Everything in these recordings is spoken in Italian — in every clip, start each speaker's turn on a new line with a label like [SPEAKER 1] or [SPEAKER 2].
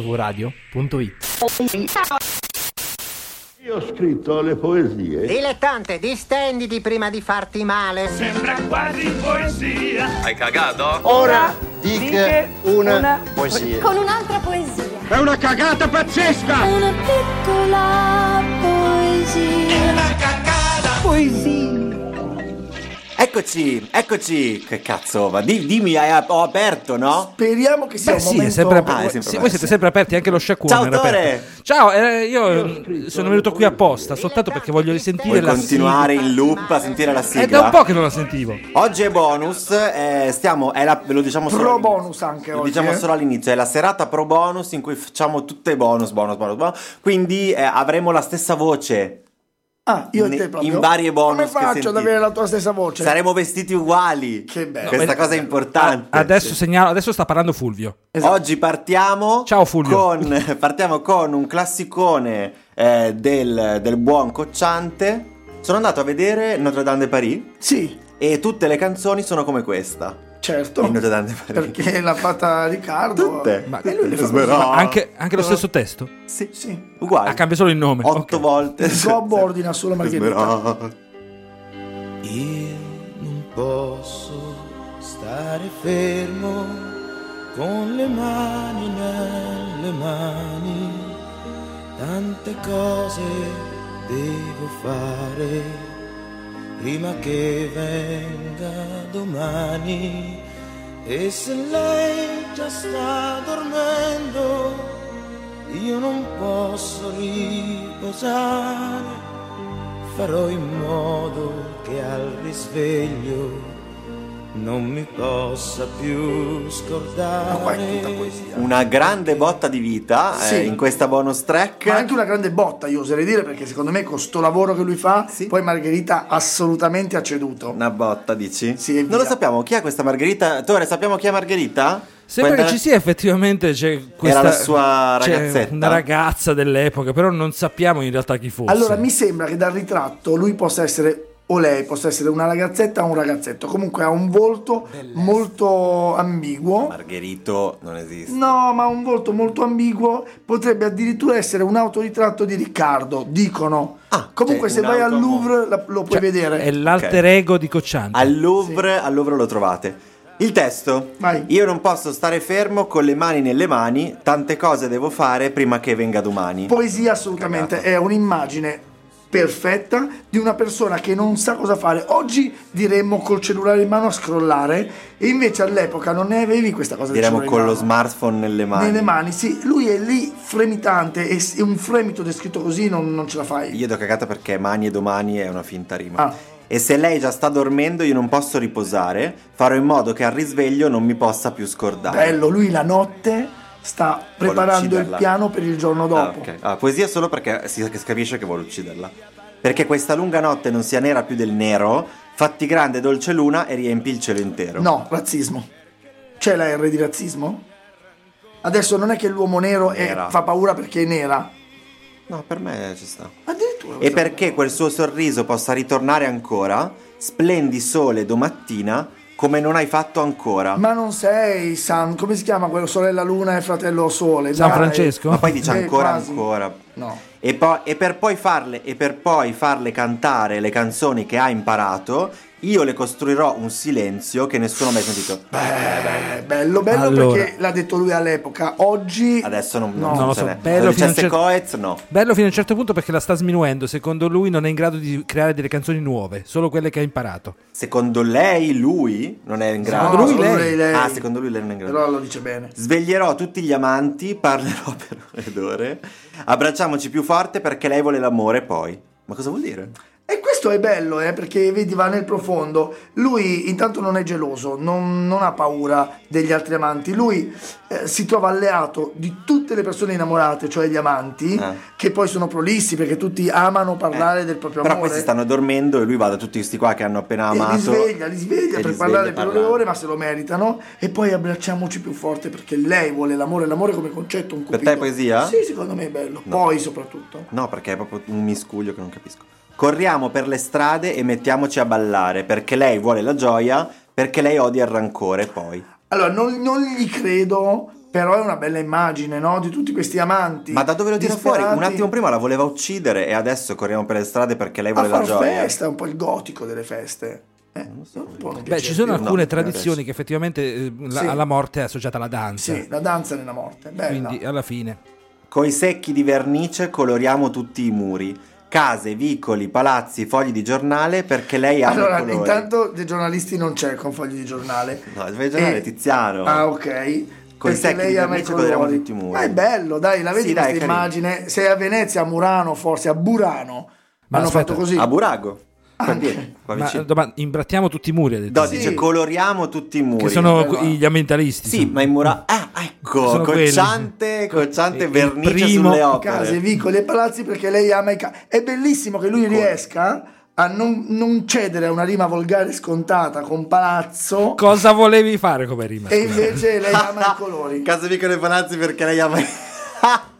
[SPEAKER 1] mvradio.it
[SPEAKER 2] Io ho scritto le poesie.
[SPEAKER 3] Dilettante, distenditi prima di farti male.
[SPEAKER 4] Hai cagato?
[SPEAKER 2] Ora dica una, poesia.
[SPEAKER 5] con un'altra poesia.
[SPEAKER 2] È una cagata pazzesca!
[SPEAKER 5] Una piccola poesia.
[SPEAKER 6] Eccoci, eccoci. Che cazzo, ma di- dimmi, hai ap- ho aperto, no?
[SPEAKER 7] Speriamo che sia
[SPEAKER 1] Beh,
[SPEAKER 7] un
[SPEAKER 1] sì,
[SPEAKER 7] momento...
[SPEAKER 1] è sempre aperto.
[SPEAKER 6] Ah, è sempre
[SPEAKER 1] Sì, voi
[SPEAKER 6] aperto,
[SPEAKER 1] siete
[SPEAKER 6] sì.
[SPEAKER 1] sempre aperti, anche lo sciacquone
[SPEAKER 6] Ciao,
[SPEAKER 1] era
[SPEAKER 6] Tore!
[SPEAKER 1] aperto. Ciao, eh, io sono venuto qui apposta, soltanto perché voglio risentire
[SPEAKER 6] Vuoi
[SPEAKER 1] la
[SPEAKER 6] continuare in loop a sentire la
[SPEAKER 1] sigla.
[SPEAKER 6] sigla?
[SPEAKER 1] È da un po' che non la sentivo.
[SPEAKER 6] Oggi è bonus, eh, stiamo, è la- ve lo diciamo solo
[SPEAKER 7] Pro
[SPEAKER 6] all'inizio.
[SPEAKER 7] bonus anche
[SPEAKER 6] Lo
[SPEAKER 7] oggi,
[SPEAKER 6] diciamo
[SPEAKER 7] eh.
[SPEAKER 6] solo all'inizio, è la serata pro bonus in cui facciamo tutte bonus, bonus, bonus, bonus. Quindi eh, avremo la stessa voce,
[SPEAKER 7] Ah, io
[SPEAKER 6] Ne-
[SPEAKER 7] e te proprio.
[SPEAKER 6] in varie bonus
[SPEAKER 7] Come
[SPEAKER 6] che
[SPEAKER 7] faccio ad
[SPEAKER 6] sentite.
[SPEAKER 7] avere la tua stessa voce?
[SPEAKER 6] saremo vestiti uguali.
[SPEAKER 7] Cioè- Che bello.
[SPEAKER 6] Questa cosa è importante.
[SPEAKER 1] Adesso segnalo, adesso sta parlando Fulvio.
[SPEAKER 7] Esatto.
[SPEAKER 6] Oggi partiamo
[SPEAKER 1] Esatto. Ciao, Fulvio.
[SPEAKER 6] Con, partiamo con un classicone eh, del, del buon cocciante. Sono andato a vedere Notre Dame de Paris
[SPEAKER 7] Sì,
[SPEAKER 6] e tutte le canzoni sono come questa.
[SPEAKER 7] certo.
[SPEAKER 6] In Notre Dame de Paris.
[SPEAKER 7] Perché l'ha fatta Riccardo.
[SPEAKER 6] Tutte.
[SPEAKER 1] Ma-
[SPEAKER 7] E lui le fa
[SPEAKER 6] Smeralda.
[SPEAKER 1] Ma anche, anche lo stesso testo?
[SPEAKER 6] Sì,
[SPEAKER 7] Sì.
[SPEAKER 6] uguali.
[SPEAKER 1] Ah, cambia solo il nome.
[SPEAKER 6] Otto
[SPEAKER 1] ok.
[SPEAKER 6] volte.
[SPEAKER 7] Il gobbo ordina solo Margherita.
[SPEAKER 6] Smeralda.
[SPEAKER 8] Io non posso stare fermo con le mani nelle mani, tante cose devo fare prima che venga domani e se lei già sta dormendo io non posso riposare farò in modo che al risveglio non mi possa più scordare.
[SPEAKER 7] Qua è tutta poesia.
[SPEAKER 6] Una grande botta di vita eh,
[SPEAKER 7] Sì.
[SPEAKER 6] in questa bonus track.
[SPEAKER 7] Ma anche una grande botta, io oserei dire, perché secondo me con sto lavoro che lui fa,
[SPEAKER 6] Sì.
[SPEAKER 7] poi Margherita assolutamente ha ceduto.
[SPEAKER 6] Una botta, dici?
[SPEAKER 7] Sì, e
[SPEAKER 6] Non lo
[SPEAKER 7] via.
[SPEAKER 6] sappiamo. Chi è questa Margherita? Tore, sappiamo chi è Margherita?
[SPEAKER 1] Sembra
[SPEAKER 6] Quella-
[SPEAKER 1] che ci sia effettivamente c'è questa
[SPEAKER 6] la sua
[SPEAKER 1] c'è
[SPEAKER 6] ragazzetta?
[SPEAKER 1] una ragazza dell'epoca, però non sappiamo in realtà chi fosse.
[SPEAKER 7] Allora, mi sembra che dal ritratto lui possa essere, o lei possa essere una ragazzetta o un ragazzetto. Comunque ha un volto molto ambiguo.
[SPEAKER 6] Margherito non esiste.
[SPEAKER 7] No, ma ha un volto molto ambiguo potrebbe addirittura essere un autoritratto di Riccardo, dicono.
[SPEAKER 6] Ah,
[SPEAKER 7] Comunque
[SPEAKER 6] cioè,
[SPEAKER 7] se
[SPEAKER 6] un
[SPEAKER 7] vai al
[SPEAKER 6] auto-
[SPEAKER 7] Louvre la- lo puoi
[SPEAKER 1] Cioè,
[SPEAKER 7] vedere.
[SPEAKER 1] è l'alter ego di Cocciante.
[SPEAKER 6] Al Louvre, al Louvre lo trovate. Il testo.
[SPEAKER 7] Vai.
[SPEAKER 6] Io non posso stare fermo con le mani nelle mani, tante cose devo fare prima che venga domani.
[SPEAKER 7] Poesia assolutamente,
[SPEAKER 6] Cagata.
[SPEAKER 7] è un'immagine perfetta di una persona che non sa cosa fare. Oggi diremmo col cellulare in mano a scrollare e invece all'epoca non ne avevi questa cosa. del
[SPEAKER 6] Diremmo
[SPEAKER 7] cellulare
[SPEAKER 6] con
[SPEAKER 7] in
[SPEAKER 6] lo
[SPEAKER 7] mano.
[SPEAKER 6] smartphone nelle mani.
[SPEAKER 7] Nelle mani, sì, lui è lì fremitante e s- e un fremito descritto così non, non ce la fai.
[SPEAKER 6] Io do cagata perché mani e domani è una finta rima.
[SPEAKER 7] Ah.
[SPEAKER 6] E se lei già sta dormendo io non posso riposare, farò in modo che al risveglio non mi possa più scordare.
[SPEAKER 7] Bello, lui la notte sta
[SPEAKER 6] Vuole
[SPEAKER 7] preparando il
[SPEAKER 6] ucciderla.
[SPEAKER 7] piano per il giorno
[SPEAKER 6] Ah,
[SPEAKER 7] dopo.
[SPEAKER 6] ok. Ah, poesia solo perché si si capisce che vuole ucciderla. Perché questa lunga notte non sia nera più del nero, fatti grande dolce luna e riempi il cielo intero.
[SPEAKER 7] No, razzismo. C'è la R di razzismo? Adesso non è che l'uomo nero è-
[SPEAKER 6] Nera.
[SPEAKER 7] fa paura perché è nera.
[SPEAKER 6] No, per me ci sta.
[SPEAKER 7] Addirittura.
[SPEAKER 6] E perché quel suo sorriso possa ritornare ancora, splendi sole domattina come non hai fatto ancora. Ma,
[SPEAKER 7] Ma non sei San... come si chiama quello? Sorella Luna e fratello Sole.
[SPEAKER 1] San
[SPEAKER 7] dai.
[SPEAKER 1] Francesco?
[SPEAKER 6] poi dice
[SPEAKER 7] Eh,
[SPEAKER 6] ancora,
[SPEAKER 7] quasi.
[SPEAKER 6] ancora.
[SPEAKER 7] No.
[SPEAKER 6] E, po- e per poi farle, e per poi farle cantare le canzoni che ha imparato, io le costruirò un silenzio che nessuno ha mai sentito.
[SPEAKER 7] È bello, bello
[SPEAKER 1] Allora.
[SPEAKER 7] perché l'ha detto lui all'epoca. Oggi...
[SPEAKER 6] Adesso non,
[SPEAKER 7] No.
[SPEAKER 6] non,
[SPEAKER 1] Non lo so,
[SPEAKER 6] funziona.
[SPEAKER 1] bello
[SPEAKER 6] Lo
[SPEAKER 1] fino a un
[SPEAKER 6] dicesse
[SPEAKER 1] certo-
[SPEAKER 6] Coez, no.
[SPEAKER 1] Bello fino a un certo punto perché la sta sminuendo. Secondo lui non è in grado di creare delle canzoni nuove, solo quelle che ha imparato.
[SPEAKER 6] Secondo lei, lui non è in grado.
[SPEAKER 1] Secondo lui,
[SPEAKER 7] solo
[SPEAKER 1] lei.
[SPEAKER 6] Ah, secondo lui lei non è in grado.
[SPEAKER 7] Però lo dice bene.
[SPEAKER 6] Sveglierò tutti gli amanti, parlerò per ore ed ore. Abbracciamoci più forte perché lei vuole l'amore poi. Ma cosa vuol dire?
[SPEAKER 7] E questo è bello, eh, perché vedi, va nel profondo. Lui intanto non è geloso, non, non ha paura degli altri amanti. Lui eh, si trova alleato di tutte le persone innamorate, cioè gli amanti,
[SPEAKER 6] Eh.
[SPEAKER 7] che poi sono prolissi perché tutti amano parlare del proprio
[SPEAKER 6] Però
[SPEAKER 7] amore.
[SPEAKER 6] questi stanno dormendo e lui va da tutti questi qua che hanno appena
[SPEAKER 7] e li
[SPEAKER 6] amato.
[SPEAKER 7] sveglia, li sveglia
[SPEAKER 6] e
[SPEAKER 7] per
[SPEAKER 6] li
[SPEAKER 7] parlare
[SPEAKER 6] sveglia
[SPEAKER 7] per le
[SPEAKER 6] parlando.
[SPEAKER 7] ore, ma se lo meritano. E poi abbracciamoci più forte perché lei vuole l'amore, l'amore come concetto, un
[SPEAKER 6] Per
[SPEAKER 7] cupido.
[SPEAKER 6] te è poesia?
[SPEAKER 7] Sì, secondo me è bello. Poi soprattutto.
[SPEAKER 6] No, perché è proprio un miscuglio che non capisco. Corriamo per le strade e mettiamoci a ballare perché lei vuole la gioia, perché lei odia il rancore poi.
[SPEAKER 7] Allora, non, non gli credo, però è una bella immagine, no? Di tutti questi amanti.
[SPEAKER 6] Ma da dove lo tira fuori? Un
[SPEAKER 7] disperati
[SPEAKER 6] attimo prima la voleva uccidere e adesso corriamo per le strade perché lei
[SPEAKER 7] A
[SPEAKER 6] vuole la
[SPEAKER 7] far
[SPEAKER 6] gioia.
[SPEAKER 7] festa, è un po' il gotico delle feste. Eh, un po' non
[SPEAKER 1] Beh,
[SPEAKER 7] piace.
[SPEAKER 1] ci sono alcune
[SPEAKER 6] adesso.
[SPEAKER 1] tradizioni che effettivamente eh, la-
[SPEAKER 7] Sì.
[SPEAKER 1] alla morte è associata alla danza.
[SPEAKER 7] Sì, Eh, la danza nella morte, bella.
[SPEAKER 1] Quindi eh, alla fine.
[SPEAKER 6] Coi secchi di vernice coloriamo tutti i muri, case, vicoli, palazzi, fogli di giornale perché lei ama
[SPEAKER 7] allora,
[SPEAKER 6] i colori.
[SPEAKER 7] intanto dei giornalisti non c'è con fogli di giornale.
[SPEAKER 6] No, il giornale
[SPEAKER 7] Eh,
[SPEAKER 6] Tiziano.
[SPEAKER 7] Ah, ok.
[SPEAKER 6] Coi
[SPEAKER 7] Perché
[SPEAKER 6] secchi
[SPEAKER 7] lei
[SPEAKER 6] di
[SPEAKER 7] ama i
[SPEAKER 6] vernice coloriamo
[SPEAKER 7] colori.
[SPEAKER 6] tutti i muri.
[SPEAKER 7] Ma è bello, dai, la vedi
[SPEAKER 6] Sì, dai,
[SPEAKER 7] questa
[SPEAKER 6] è carino.
[SPEAKER 7] immagine? Sei a Venezia, a Murano, forse a Burano.
[SPEAKER 1] Ma
[SPEAKER 7] hanno
[SPEAKER 1] aspetta,
[SPEAKER 7] fatto così.
[SPEAKER 6] A Burago. Per
[SPEAKER 7] Anche.
[SPEAKER 6] dire, qua
[SPEAKER 1] Ma
[SPEAKER 6] vicino.
[SPEAKER 1] domanda- imbrattiamo tutti i muri, ha detto.
[SPEAKER 6] No,
[SPEAKER 7] Sì.
[SPEAKER 6] dice coloriamo tutti i muri. eh,
[SPEAKER 1] che sono
[SPEAKER 7] però-
[SPEAKER 1] que- gli ambientalisti.
[SPEAKER 6] Sì,
[SPEAKER 1] insomma.
[SPEAKER 6] ma in murano... Ah, ecco,
[SPEAKER 1] Sono quelli.
[SPEAKER 6] cocciante, cocciante
[SPEAKER 1] Il
[SPEAKER 6] vernice
[SPEAKER 1] primo
[SPEAKER 6] sulle opere.
[SPEAKER 7] Case, vicoli e palazzi perché lei ama i casi. È bellissimo che lui riesca a non, non cedere a una rima volgare scontata con palazzo
[SPEAKER 1] Cosa volevi fare come rima?
[SPEAKER 7] e
[SPEAKER 1] scusa?
[SPEAKER 7] invece lei ama i colori.
[SPEAKER 6] Case, vicoli e palazzi perché lei ama...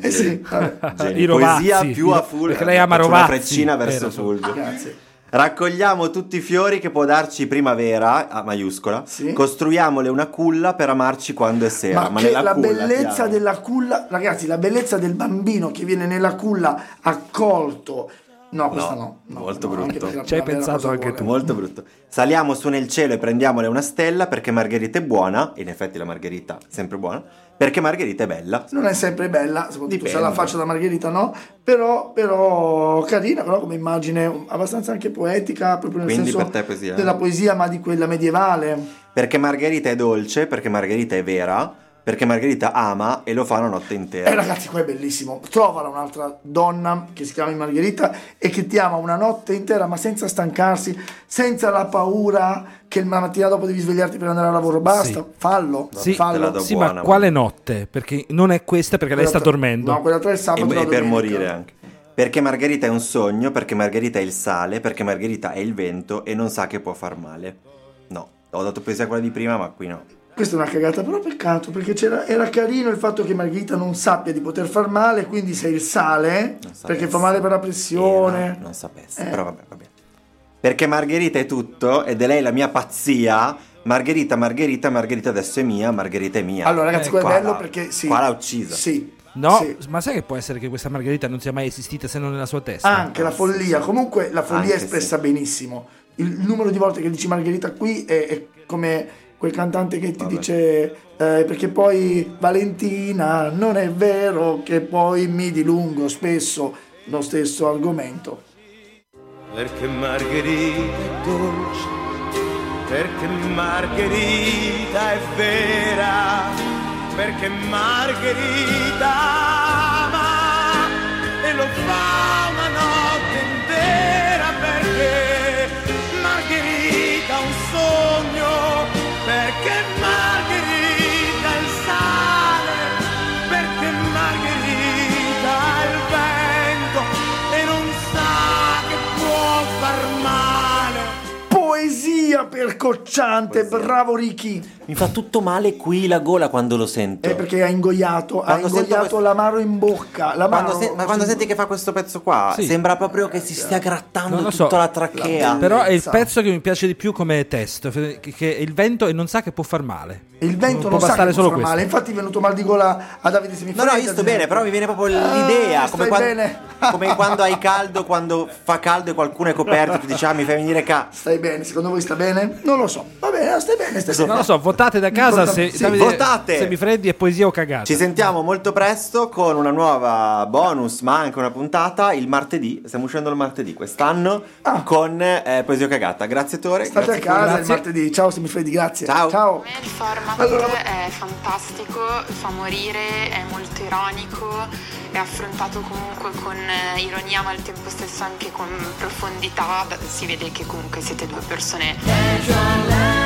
[SPEAKER 7] Eh sì, vabbè.
[SPEAKER 1] I
[SPEAKER 6] Geni,
[SPEAKER 1] Rovazzi.
[SPEAKER 6] poesia più a Fulvio.
[SPEAKER 1] Perché lei ama
[SPEAKER 6] Faccio
[SPEAKER 1] Rovazzi.
[SPEAKER 6] Una freccina verso
[SPEAKER 1] Era su-
[SPEAKER 6] Fulvio.
[SPEAKER 7] Grazie.
[SPEAKER 6] Raccogliamo tutti i fiori che può darci primavera, a maiuscola.
[SPEAKER 7] Sì.
[SPEAKER 6] Costruiamole una culla per amarci quando è sera.
[SPEAKER 7] Ma,
[SPEAKER 6] Eh, Ma,
[SPEAKER 7] che
[SPEAKER 6] nella
[SPEAKER 7] la
[SPEAKER 6] culla,
[SPEAKER 7] bellezza
[SPEAKER 6] chiaro.
[SPEAKER 7] della culla, ragazzi, la bellezza del bambino che viene nella culla accolto. No, questa no. no,
[SPEAKER 6] molto
[SPEAKER 7] no,
[SPEAKER 6] brutto.
[SPEAKER 7] anche perché la
[SPEAKER 1] Ci hai
[SPEAKER 7] primavera
[SPEAKER 1] pensato
[SPEAKER 7] cosa
[SPEAKER 1] anche
[SPEAKER 7] vuole?
[SPEAKER 1] tu.
[SPEAKER 6] Molto brutto. Saliamo su nel cielo e prendiamole una stella perché Margherita è buona. e In effetti la Margherita è sempre buona. Perché Margherita è bella.
[SPEAKER 7] Non è sempre bella, soprattutto se
[SPEAKER 6] Dipende.
[SPEAKER 7] la faccia da Margherita, no? Però, però carina, però come immagine um, abbastanza anche poetica, proprio nel
[SPEAKER 6] Quindi
[SPEAKER 7] senso
[SPEAKER 6] per te è poesia? eh?
[SPEAKER 7] della poesia, ma di quella medievale.
[SPEAKER 6] Perché Margherita è dolce, perché Margherita è vera, perché Margherita ama e lo fa una notte intera.
[SPEAKER 7] Eh ragazzi, qua è bellissimo. Trovala un'altra donna che si chiama Margherita e che ti ama una notte intera, ma senza stancarsi, senza la paura che la mattina dopo devi svegliarti per andare al lavoro. Basta,
[SPEAKER 1] Sì.
[SPEAKER 7] fallo,
[SPEAKER 1] Sì.
[SPEAKER 6] Te la do
[SPEAKER 7] fallo.
[SPEAKER 1] Sì,
[SPEAKER 6] buona,
[SPEAKER 1] ma quale notte? Perché non è questa perché lei sta
[SPEAKER 7] Quella tra-
[SPEAKER 1] dormendo.
[SPEAKER 7] No, quella tra il
[SPEAKER 6] E-
[SPEAKER 7] sabato la
[SPEAKER 6] e, per
[SPEAKER 7] domenica.
[SPEAKER 6] morire anche. Perché Margherita è un sogno, perché Margherita è il sale, perché Margherita è il vento e non sa che può far male. No, ho dato pensi a quella di prima, ma qui no.
[SPEAKER 7] Questa è una cagata, però peccato, perché c'era- era carino il fatto che Margherita non sappia di poter far male, quindi sei il sale,
[SPEAKER 6] Non
[SPEAKER 7] perché
[SPEAKER 6] sapesse.
[SPEAKER 7] fa male per la
[SPEAKER 6] Eh,
[SPEAKER 7] pressione.
[SPEAKER 6] no, non sapesse,
[SPEAKER 7] Eh.
[SPEAKER 6] però vabbè, va bene. Perché Margherita è tutto ed è lei la mia pazzia. Margherita, Margherita, Margherita adesso è mia, Margherita è mia.
[SPEAKER 7] Allora ragazzi,
[SPEAKER 1] Eh,
[SPEAKER 7] qua è
[SPEAKER 6] qua
[SPEAKER 7] bello
[SPEAKER 6] l'ha-
[SPEAKER 7] perché sì.
[SPEAKER 6] qua l'ha uccisa.
[SPEAKER 7] Sì.
[SPEAKER 1] No,
[SPEAKER 7] sì.
[SPEAKER 1] ma sai che può essere che questa Margherita non sia mai esistita se non nella sua testa?
[SPEAKER 7] Anche la follia, comunque la follia
[SPEAKER 6] Anche
[SPEAKER 7] è espressa benissimo. Il numero di volte che dici Margherita qui è, è come quel cantante che ti
[SPEAKER 6] Vabbè.
[SPEAKER 7] dice eh, perché poi Valentina non è vero che poi mi dilungo spesso lo stesso argomento.
[SPEAKER 8] Perché Margherita è dolce, perché Margherita è vera, perché Margherita ama e lo fa una notte intera perché Margherita è un sogno, perché Margherita è il sale, perché Margherita è il vento e non sa che può far male.
[SPEAKER 7] Poesia percocciante, bravo Ricky.
[SPEAKER 6] Mi fa tutto male qui la gola quando lo sento.
[SPEAKER 7] È Eh, perché ha ingoiato, ha
[SPEAKER 6] Quando sento
[SPEAKER 7] ingoiato
[SPEAKER 6] questo-
[SPEAKER 7] l'amaro in bocca. L'amaro,
[SPEAKER 6] Quando sen- ma quando senti che fa questo pezzo qua,
[SPEAKER 1] Sì.
[SPEAKER 6] sembra proprio che si stia grattando
[SPEAKER 1] Non lo
[SPEAKER 6] tutta
[SPEAKER 1] so.
[SPEAKER 6] la trachea.
[SPEAKER 1] Però è il
[SPEAKER 7] Bellezza.
[SPEAKER 1] pezzo che mi piace di più come testo, fe- che che è il vento e non sa che può far male.
[SPEAKER 7] Il vento
[SPEAKER 1] Può
[SPEAKER 7] non sa che
[SPEAKER 1] bastare
[SPEAKER 7] può
[SPEAKER 1] solo
[SPEAKER 7] far
[SPEAKER 1] questo.
[SPEAKER 7] male. Infatti è venuto mal di gola a Davide Semifredda.
[SPEAKER 6] No, no, io sto bene, però mi viene proprio l'idea.
[SPEAKER 7] Ah,
[SPEAKER 6] come,
[SPEAKER 7] stai
[SPEAKER 6] quan-
[SPEAKER 7] bene.
[SPEAKER 6] come quando hai caldo, quando fa caldo e qualcuno è coperto, tu dici, ah, mi fai venire ca.
[SPEAKER 7] Stai bene, secondo voi sta bene? Non lo so. Va bene, stai bene, stai bene.
[SPEAKER 1] Non lo so, votate da casa se,
[SPEAKER 7] Sì,
[SPEAKER 1] Davide-
[SPEAKER 6] votate!
[SPEAKER 1] se mi freddi è poesia o cagata.
[SPEAKER 6] Ci sentiamo molto presto con una nuova bonus, ma anche una puntata il martedì. Stiamo uscendo il martedì quest'anno
[SPEAKER 7] Ah.
[SPEAKER 6] con eh, Poesia Cagata. Grazie Tore.
[SPEAKER 7] State a
[SPEAKER 6] grazie
[SPEAKER 7] casa il
[SPEAKER 1] Grazie.
[SPEAKER 7] martedì. Ciao Semifreddi, grazie.
[SPEAKER 6] Ciao.
[SPEAKER 7] Ciao.
[SPEAKER 4] me il format
[SPEAKER 7] Allora-
[SPEAKER 4] è fantastico, fa morire, è molto ironico, è affrontato comunque con eh, ironia ma al tempo stesso anche con profondità, si vede che comunque siete due persone